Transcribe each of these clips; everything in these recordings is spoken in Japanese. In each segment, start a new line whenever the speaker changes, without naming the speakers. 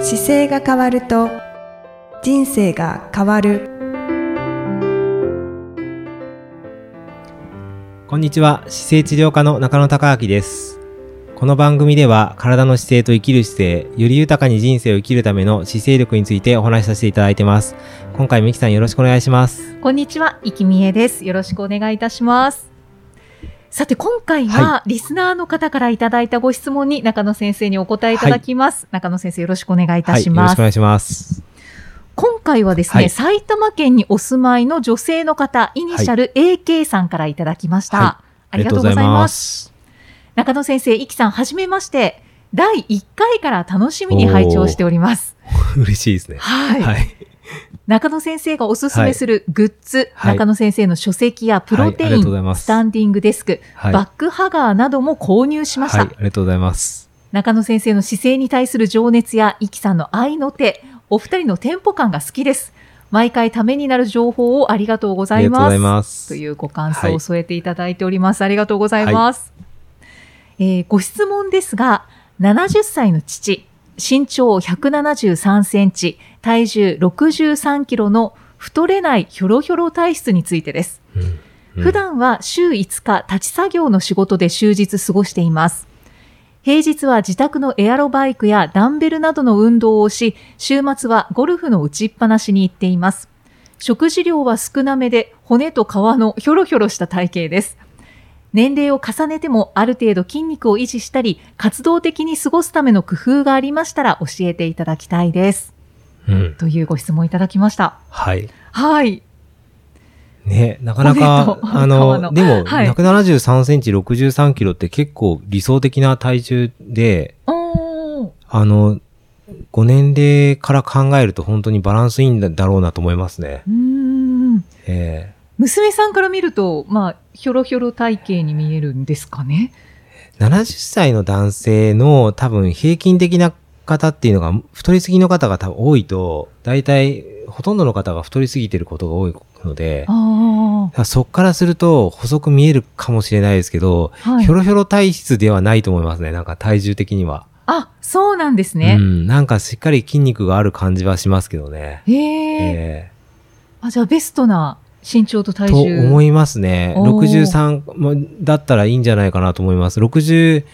姿勢が変わると人生が変わる
こんにちは姿勢治療科の中野孝明ですこの番組では体の姿勢と生きる姿勢より豊かに人生を生きるための姿勢力についてお話しさせていただいてます今回みきさんよろしくお願いします
こんにちは、いきみえです。よろしくお願いいたします。さて、今回は、リスナーの方からいただいたご質問に中野先生にお答えいただきます。中野先生、よろしくお願いいたし
はいよろ
ま
しくお
す。
願いします
今回はですね、
はい
埼玉県にお住まいの女性の方、イニシャル AK さんからいただきました。
は
ありがとうございます。
す
中野先生、いきさん、はじめまして。第1回から楽しみに拝聴しております。
嬉しいですね
はい。
はい
中野先生がおすすめするグッズ、
はい
中野先生の書籍やプロテ
はいありがとう
イン、
ございます
スタンディングデスク、
はい
バックハガーなども購入しました、
はいありがとうございます
中野先生の姿勢に対する情熱やイキさんの愛の手お二人のテンポ感が好きです毎回ためになる情報をありがとうご
あ
ざ
り
い
がとうご
ま
ざい
す
ます
というご感
は
想
い
を添えていただいております、ありがとうございます、えーご質問ですが70歳の父身長173センチ体重63キロの太れないひょろひょろ体質についてです
うんうん
普段は週5日立ち作業の仕事で終日過ごしています。平日は自宅のエアロバイクやダンベルなどの運動をし、週末はゴルフの打ちっぱなしに行っています。食事量は少なめで骨と皮のひょろひょろした体型です。年齢を重ねてもある程度筋肉を維持したり、活動的に過ごすための工夫がありましたら教えていただきたいです。
うん
というご質問いただきました。
はい
はい。
ね、なかなか、
骨と
あの、
皮の
でも、
はい
173センチ63キロって結構理想的な体重で、
おー。
あの、ご年齢から考えると本当にバランスいいんだろうなと思いますね。
うーん。
え
娘さんから見ると、まあ、ひょろひょろ体型に見えるんですかね。
ー70歳の男性の多分平均的な方っていうのが、太りすぎの方が多分多いと、大体ほとんどの方が太りすぎてることが多いので、
あ
だからそっからすると細く見えるかもしれないですけど、
あ、は
ひ
い
ょ。ろひょろ体質ではないと思いますね。なんか体重的には。
あ、そうなんですね
う。ん、なんかしっかり筋肉がある感じはしますけどね。
へえ
え
あ、じゃあベストな身長と
え
体
と
重。
思いますね。
おー
63もだったらいいんじゃないかなと思います。65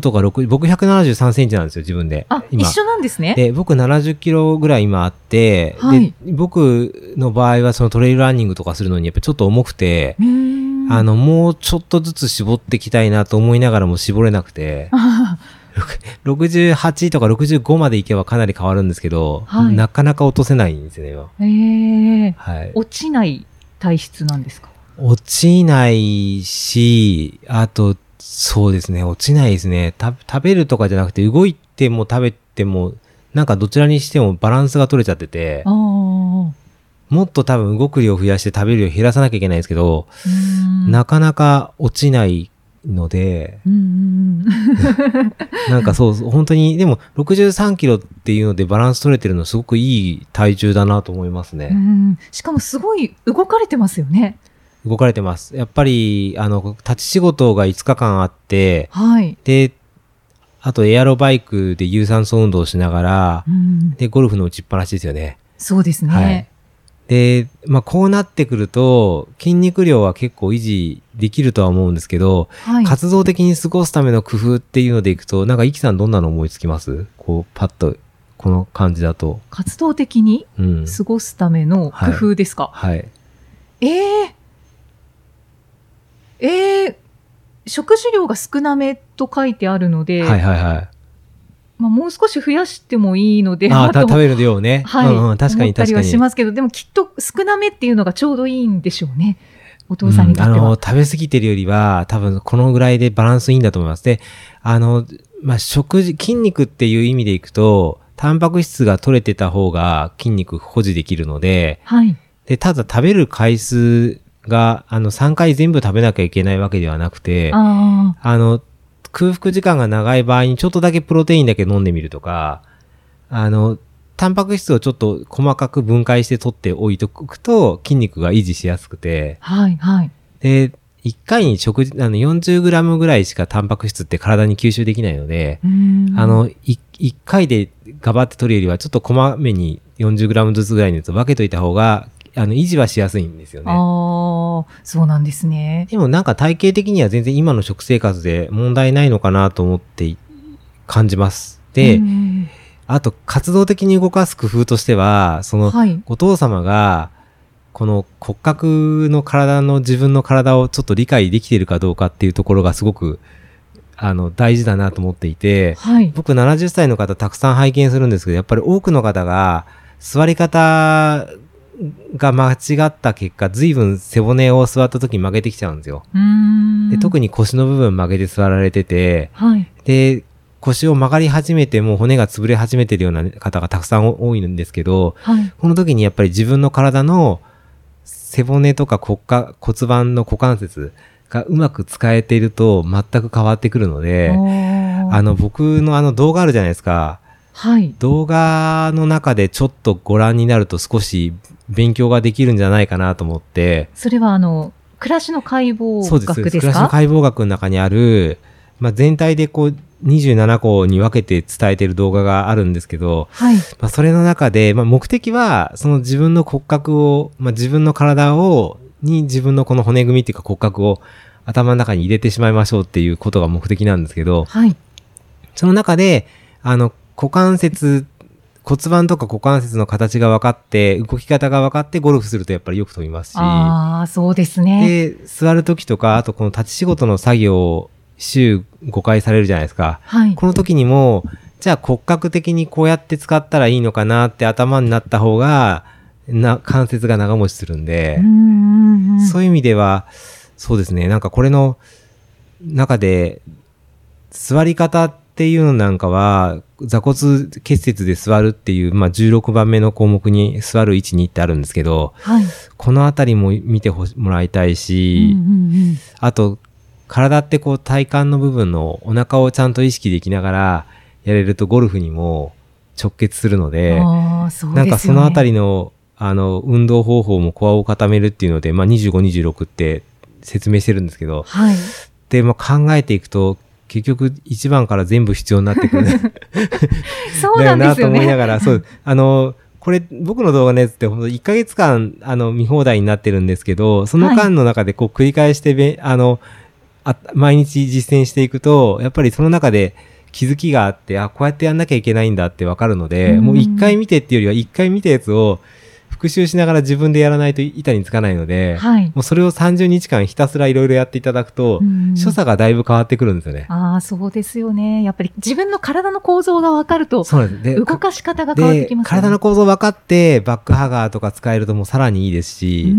とか6、僕173センチなんですよ、自分で。
あ、一緒なんですね。
で、僕70キロぐらい今あって、
はい
で、僕の場合はそのトレイルランニングとかするのにやっぱちょっと重くて、
うーん
あ、の、もうちょっとずつ絞っていきたいなと思いながらも絞れなくて、68とか65までいけばかなり変わるんですけど、
はい
なかなか落とせないんですよね、今。
ええ
はい。
落ちない体質なんですか。
落ちないし、あと、そうですね、落ちないですね。た食べるとかじゃなくて、動いても食べても、なんかどちらにしてもバランスが取れちゃってて
あ、あ、う
もっと多分動く量増やして食べる量減らさなきゃいけないんですけど、
ーん。
なかなか落ちないので、
うんうんうん。
なんか そうそう、本当に、でも63キロっていうのでバランス取れてるのすごくいい体重だなと思いますね。
うんしかもすごい動かれてますよね。
動かれてます。やっぱり、あの、立ち仕事が5日間あって、
はい。
で、あとエアロバイクで有酸素運動をしながら
う、ん。
で、ゴルフの打ちっぱなしですよね。
そうですね。
はい。で、まあ、こうなってくると、筋肉量は結構維持できるとは思うんですけど、
はい。
活動的に過ごすための工夫っていうのでいくと、なんか、イキさんどんなの思いつきますこう、パッと、この感じだと。
活動的に
うん。
過ごすための工夫ですか、
はい。
ええええ食事量が少なめと書いてあるので、
はいはいはい。
まあ、もう少し増やしてもいいので、
あ
な
あ、た
と
食べる量ね。
はい、
うんうん、確か
思
に
った
確
り
か
は
に。
しますけど、でもきっと少なめっていうのがちょうどいいんでしょうね。お父さんにとって
うんあ
は。
の、食べ過ぎてるよりは、多分このぐらいでバランスいいんだと思います。で、あの、まあ、食事、筋肉っていう意味でいくと、タンパク質が取れてた方が筋肉保持できるので、
はい。
で、ただ食べる回数が、あの、3回全部食べなきゃいけないわけではなくて、あ
あ
の、空腹時間が長い場合にちょっとだけプロテインだけ飲んでみるとか、あの、タンパク質をちょっと細かく分解して取っておいとくと筋肉が維持しやすくて、
あ、はい、はい。
で、1回に食事、あの、40g ぐらいしかタンパク質って体に吸収できないので、
うーん
あ、の、い1 1回でガバって取るよりは、ちょっとこまめに 40g ずつぐらいのやつを分けといた方が、あの、維持はしやすいんですよね。
ああ、そうなんですね。
でもなんか体型的には全然今の食生活で問題ないのかなと思ってい感じます。で、
うん
あと活動的に動かす工夫としては、その、
はい。
お父様が、この骨格の体の自分の体をちょっと理解できているかどうかっていうところがすごく、あの、大事だなと思っていて、
はい。
僕70歳の方たくさん拝見するんですけど、やっぱり多くの方が座り方が間違った結果、随分背骨を座った時に曲げてきちゃうんですよ。
うーん。
で特に腰の部分曲げて座られてて、
はい。
で、腰を曲がり始めてもう骨が潰れ始めてるような方がたくさん多いんですけど、
はい。
この時にやっぱり自分の体の背骨とか骨架骨盤の股関節がうまく使えていると全く変わってくるので、
あ
あの僕のあの動画あるじゃないですか。
はい。
動画の中でちょっとご覧になると少し勉強ができるんじゃないかなと思って、
それはあの、暮らしの解剖
そう
学
です。
ですか
暮らしの解剖学の中にある、まあ、全体でこう27個に分けて伝えている動画があるんですけど、
はい。
まあ、それの中で、まあ、目的は、その自分の骨格を、まあ、自分の体を、に自分のこの骨組みっていうか骨格を頭の中に入れてしまいましょうっていうことが目的なんですけど、
はい。
その中で、あの、股関節、骨盤とか股関節の形が分かって、動き方が分かってゴルフするとやっぱりよく飛びますし、
ああ、そうですね。
で、座る時とか、あとこの立ち仕事の作業を週5回されるじゃないですか。
はい。
この時にも、じゃあ骨格的にこうやって使ったらいいのかなって頭になった方が、な、関節が長持ちするんで、
うんうんうん
そういう意味では、そうですね、なんかこれの中で、座り方っていうのなんかは、座骨結節で座るっていう、まあ、16番目の項目に座る位置にってあるんですけど、
はい。
このあたりも見てほしもらいたいし、
うんうんうん
あと、体ってこう体幹の部分のお腹をちゃんと意識できながらやれるとゴルフにも直結するので、
ああ、そうです
な
よね。
んかそのあた
り。
りの、あの、運動方法もコアを固めるっていうので、まあ25、26って説明してるんですけど、
はい。
で、まあ考えていくと、結局1番から全部必要になってくる
そう
だ
な
よ
んで
な
す
と
よ
思いな
ね。
がら、 そう、あの、これ僕の動画のやつってほんと1ヶ月間あの見放題になってるんですけど、その間の中でこう繰り返してべ、あの、あ毎日実践していくと、やっぱりその中で気づきがあって、あ、こうやってやんなきゃいけないんだってわかるので、
うん
もう1回見てっていうよりは1回見たやつを復習しながら自分でやらないと板につかないので、
はい。
もうそれを30日間ひたすらいろいろやっていただくと
う、ん
所作がだいぶ変わってくるんですよね。
ああ、そうですよね。やっぱり自分の体の構造が分かると、
そうなんです。で
動かし方が変わって
で
き、ますよね。
体の構造分かって、バックハガーとか使えるともうさらにいいです
うんう
し、
んうんう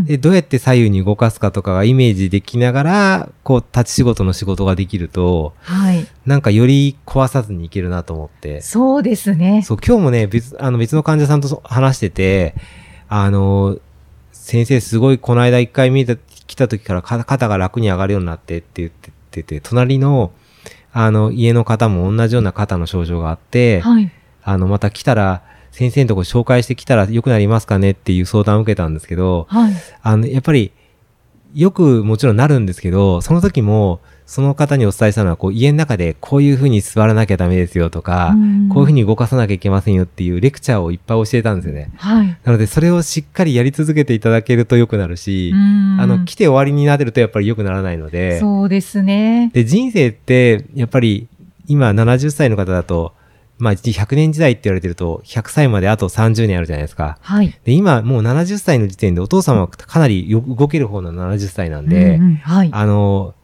ん
で、どうやって左右に動かすかとかがイメージできながら、こう、立ち仕事の仕事ができると、
はい。
なんかより壊さずにいけるなと思って。
そうですね。
そう、今日もね、別、あの、別の患者さんとそ話してて、あの、先生すごいこの間一回見た、来た時から肩肩が楽に上がるようになってって言ってて隣の、あの、家の方も同じような肩の症状があって、
はい。
あの、また来たら、先生のとこ紹介してきたら良くなりますかねっていう相談を受けたんですけど、
はい。
あの、やっぱり、よくもちろんなるんですけど、その時も、その方にお伝えしたのは、こう、家の中でこういうふうに座らなきゃダメですよとか、こういうふう
に。
に動かさなきゃいけませんよっていうレクチャーをいっぱい教えたんですよね。
はい。
なので、それをしっかりやり続けていただけると良くなるし、あ
あ
の、来て終わりになってるとやっぱり良くならないので、
そうですね。
で、人生って、やっぱり、今70歳の方だと、まあ、100年時代って言われてると、100歳まであと30年あるじゃないですか。
はい。
で、今、もう70歳の時点で、お父様はかなりよ動ける方の70歳なんで、
うんうんはい。
あの、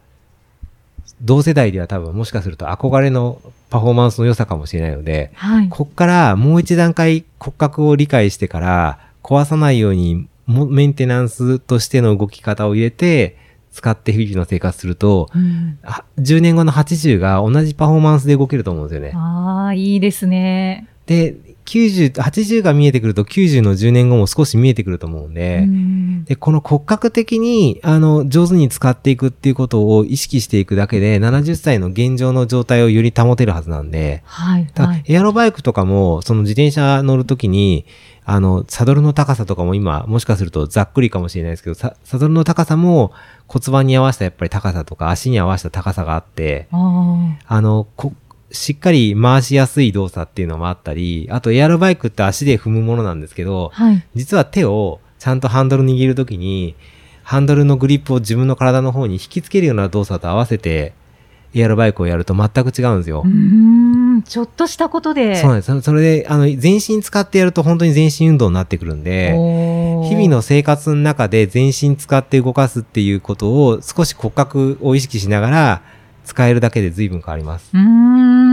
同世代では多分もしかすると憧れのパフォーマンスの良さかもしれないので、
はい。
こっからもう一段階骨格を理解してから、壊さないようにもメンテナンスとしての動き方を入れて、使って日々の生活すると、
うん
は10年後の80が同じパフォーマンスで動けると思うんですよね。
ああ、いいですね。
で、90、80が見えてくると90の10年後も少し見えてくると思うんで、
うん
で、この骨格的に、あの、上手に使っていくっていうことを意識していくだけで、70歳の現状の状態をより保てるはずなんで、
はい。
だ
はい。
エアロバイクとかも、その自転車乗るときに、あの、サドルの高さとかも今、もしかするとざっくりかもしれないですけど、さサドルの高さも骨盤に合わせたやっぱり高さとか、足に合わせた高さがあって、
ああ。
あの、こしっかり回しやすい動作っていうのもあったり、あとエアロバイクって足で踏むものなんですけど、
はい。
実は手をちゃんとハンドル握るときに、ハンドルのグリップを自分の体の方に引きつけるような動作と合わせて、エアロバイクをやると全く違うんですよ
う。ーん、ちょっとしたことで。
そうなんです。そそれで、あの、全身使ってやると本当に全身運動になってくるんで、
おー
日々の生活の中で全身使って動かすっていうことを少し骨格を意識しながら使えるだけで随分変わります。
うー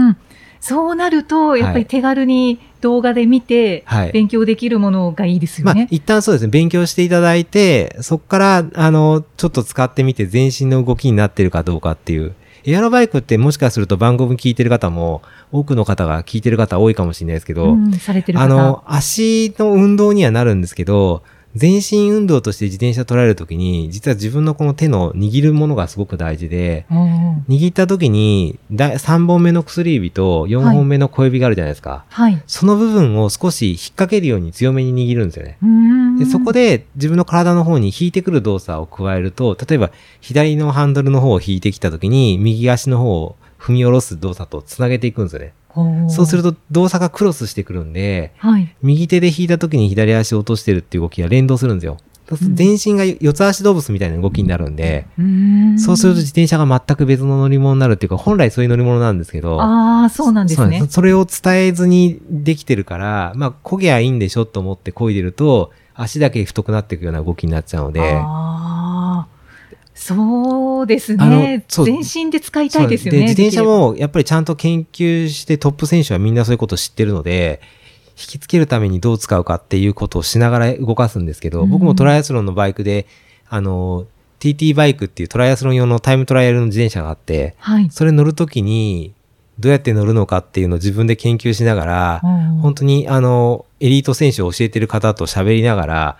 ん。そうなると、やっぱ
は
り
い
手軽に動画で見て、
はい。
勉強できるものがいいです
ま
よ
あ
ね、。
一旦そうですね、勉強していただいて、そこから、あの、ちょっと使ってみて全身の動きになってるかどうかっていう。エアロバイクってもしかすると番組聞いてる方も、多くの方が聞いてる方多いかもしれないですけど、
うん、されてる方。
あの、足の運動にはなるんですけど、全身運動として自転車捉えるときに、実は自分のこの手の握るものがすごく大事で、
おー
握ったときに、だ3本目の薬指と4本目の小指があるじゃないですか。
はい。
その部分を少し引っ掛けるように強めに握るんですよね。
うーん
でそこで自分の体の方に引いてくる動作を加えると、例えば左のハンドルの方を引いてきた時に右足の方を踏み下ろす動作とつなげていくんですよね。そうする
と、
と動作がクロスしてくるんで、
はい。
右手で引いた時に左足を落としてるっていう動きが連動するんですよ。そうすると全身が四つ足動物みたいな動きになるんで、
うーん
そうすると自転車が全く別の乗り物になるっていうか、本来そういう乗り物なんですけど、
ああ、そうなんですね。
それを伝えずにできてるから、まあ、焦げゃいいんでしょと思って漕いでると、足だけ太くなっていくような動きになっちゃうので、
あーそうです
あ
ね
の。そう
全身で使いたいですよね。
そう自転車
で
もやっぱりちゃんと研究してトップ選手はみんなそういうことを知ってるので、引きつけるためにどう使うかっていうことをしながら動かすんですけど、
うん
僕もトライアスロンのバイクで、あの、TT バイクっていうトライアスロン用のタイムトライアルの自転車があって
きれ、ば。はい。
それ乗るときにどうやって乗るのかっていうのを自分で研究しながら、
本
本当にあのエリート選手を教えてる方と喋りながら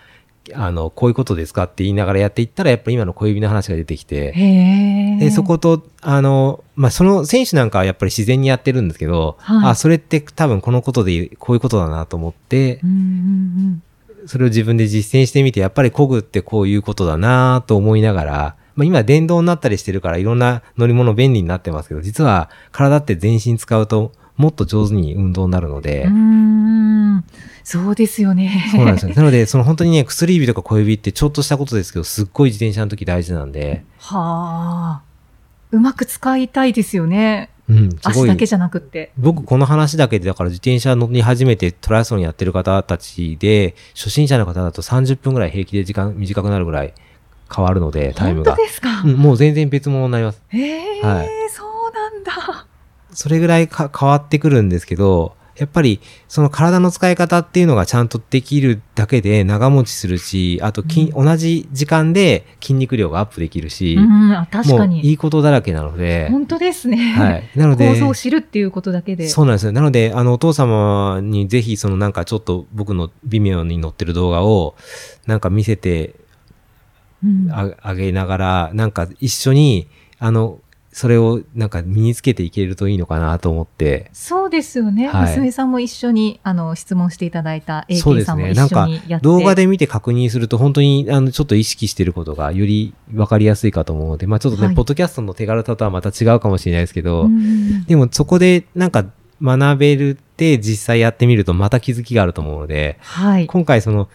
あのこういうことですかって言いながらやっていったらやっぱり今の小指の話が出てきて
へえ。
でそことあの、まあ、その選手なんかはやっぱり自然にやってるんですけど、
はい
あそれって多分このことでこういうことだなと思って
うんうん
それを自分で実践してみてやっぱり漕ぐってこういうことだなと思いながら。まあ今電動になったりしてるからいろんな乗り物便利になってますけど、実は体って全身使うともっと上手に運動になるので、
うん。うーん。そうですよね。
そうなんですよ、ね。なので、その本当にね、薬指とか小指ってちょっとしたことですけど、すっごい自転車の時大事なんで、
はあ。うまく使いたいですよね。
うん、すご
足だ
い
け。じゃなくって。
僕、この話だけで、だから自転車乗り始めてトライアスロンやってる方たちで、初心者の方だと30分ぐらい平気で時間短くなるぐらい変わるので、タイム
本
が
当。ですか。
うん、もう全然別物になります。
へえ、
は
そうなんだ。
それぐらいか変わってくるんですけど、やっぱりその体の使い方っていうのがちゃんとできるだけで長持ちするし、あと筋、同じ時間で筋肉量がアップできるし、
うん、あ確か
もうい
に。
いことだらけなので、
本当ですね。
はい。なので、
構造を知るっていうことだけで。
そうなんですよ。なので、あの、お父様にぜひ、そのなんかちょっと僕の微妙に載ってる動画を、なんか見せて
うん
ああげながら、なんか一緒に、あの、それをなんか身につけていけるといいのかなと思って、
そうですよね、
はい
娘さんも一緒にあの質問していただいた
そうで
AK
す
さんも
ね
一緒にやって、
動画で見て確認すると、本当に、あの、ちょっと意識してることがより分かりやすいかと思うので、まあちょっとね、
はい
ポッドキャストの手軽さとはまた違うかもしれないですけど、
うん
でもそこでなんか学べるって実際やってみるとまた気づきがあると思うので、
はい、
今回その、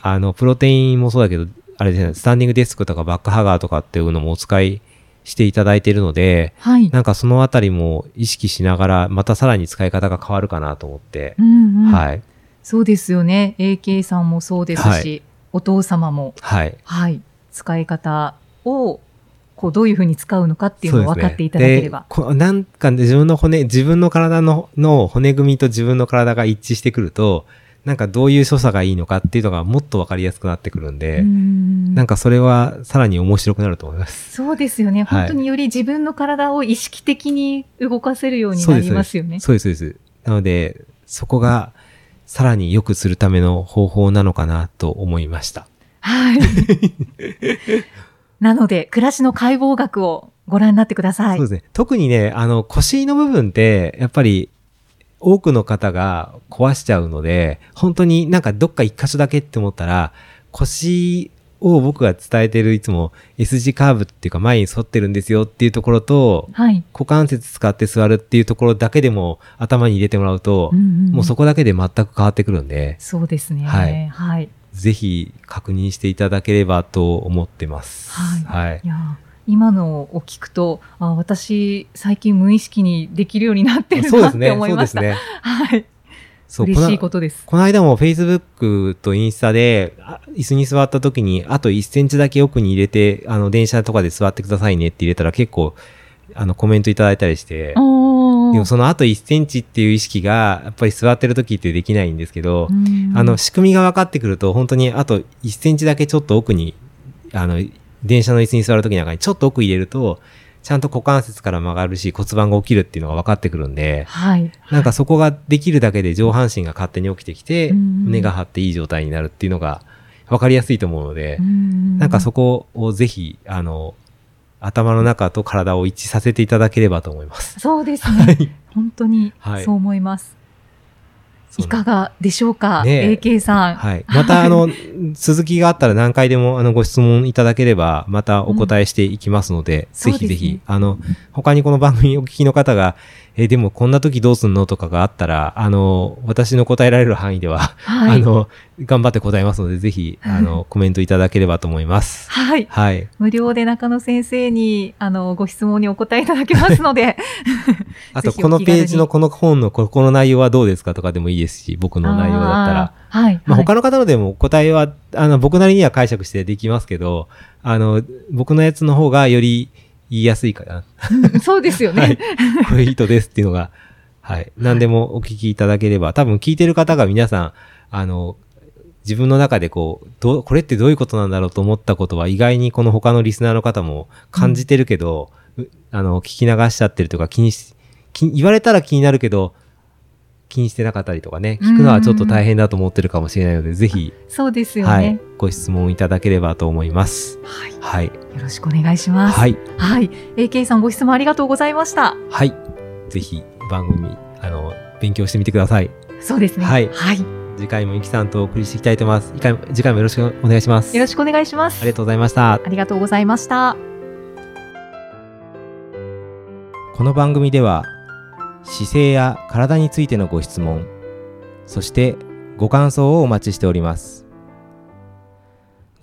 あの、プロテインもそうだけど、あれですね、スタンディングデスクとかバックハガーとかっていうのもお使いしていただいているので、
はい、
なんかそのあたりも意識しながら、またさらに使い方が変わるかなと思って、
うんうん
はい。
そうですよね、AK さんもそうですし、
はい
お父様も、
はい。
はい、使い方をこうどういうふうに使うのかっていうのを
そうです
分か
ね
っていただければ
で。こなんかね自分の骨、自分の体のの骨組みと自分の体が一致してくると、なんかどういう所作がいいのかっていうのがもっとわかりやすくなってくるんで、
うん
なんかそれはさらに面白くなると思います。
そうですよね、
はい
本当により自分の体を意識的に動かせるように
そう
な
です
りますよね。
そうです、そうです。なので、そこがさらに良くするための方法なのかなと思いました。
はい。なので、暮らしの解剖学をご覧になってください。
そうですね。特にね、あの、腰の部分って、やっぱり、多くの方が壊しちゃうので、本当になんかどっか一箇所だけって思ったら、腰を僕が伝えてるいつも S 字カーブっていうか前に沿ってるんですよっていうところと、
はい。
股関節使って座るっていうところだけでも頭に入れてもらうと、
うんうんうん
もうそこだけで全く変わってくるんで、
そうですね。
は
はいい。はい。
ぜひ確認していただければと思ってます。
はい
はい
い、やー今のを聞くと、あ私、最近無意識にできるようになってる
そうで
な
す
って
ね。
思い
そう
ま
で
し
す
た。
ね。
はい。
そう
嬉しい
この
ことです。
この間も Facebook とインスタで、あ椅子に座った時に、あと1センチだけ奥に入れて、あの、電車とかで座ってくださいねって入れたら結構、あの、コメントいただいたりして、
お
でも
ー
そのあと1センチっていう意識が、やっぱり座ってる時ってできないんですけど、
うん
あの、仕組みが分かってくると、本当にあと1センチだけちょっと奥に、あの、電車の椅子に座るときなんかにちょっと奥入れると、ちゃんと股関節から曲がるし骨盤が起きるっていうのが分かってくるんで、
はい。
なんかそこができるだけで上半身が勝手に起きてきて、
うん
胸が張っていい状態になるっていうのが分かりやすいと思うので、な
なん
かそこをぜひ、あの、頭の中と体を一致させていただければと思います。
そうです
は
ね。
い。
本当に
はい
そう思います。いかがでしょうか、
ねえ
AK さん。
はい。また、あ の、続きがあったら何回でも、あの、ご質問いただければ、またお答えしていきますので、
そ
ぜ
うです
ひ
ね
ぜひ、あの、他にこの番組お聞きの方が、えーでもこんな時どうすんのとかがあったら、あの、私の答えられる範囲では、
は
あ
い。
の、頑張って答えますので、ぜひ、あの、コメントいただければと思います。
はい。
はい。
無料で中野先生に、あの、ご質問にお答えいただけます ので、
あと、
ぜひお気軽に
このページのこの本のここの内容はどうですかとかでもいいですし、僕の内容だったら。
あー。はい。
まあ、
はい
他の方のでも答えは、あの、僕なりには解釈してできますけど、あの、僕のやつの方がより言いやすいかな。
うんそうですよね。
はい。こういう意図ですっていうのが、はい。何でもお聞きいただければ、多分聞いてる方が皆さん、あの、自分の中でこう、どう、これってどういうことなんだろうと思ったことは意外にこの他のリスナーの方も感じてるけど、うあの、聞き流しちゃってるとか気にし、気言われたら気になるけど、気にしてなかったりとかね、聞くのはちょっと大変だと思ってるかもしれないので、ぜひ
そうですよ
は
ね
い、、ご質問いただければと思います。
はい。
はい、
よろしくお願いします。
はい、
はい。AK さんご質問ありがとうございました。
はい、ぜひ番組あの勉強してみてください。
そうですね。
はい
はい。
次回もゆきさんとお送りしていきたいと思います。次回も次回もよろしくお願いします。
よろ
し
しくお願いします。
ありがとうございました。
ありがとうございました。
この番組では姿勢や体についてのご質問そしてご感想をお待ちしております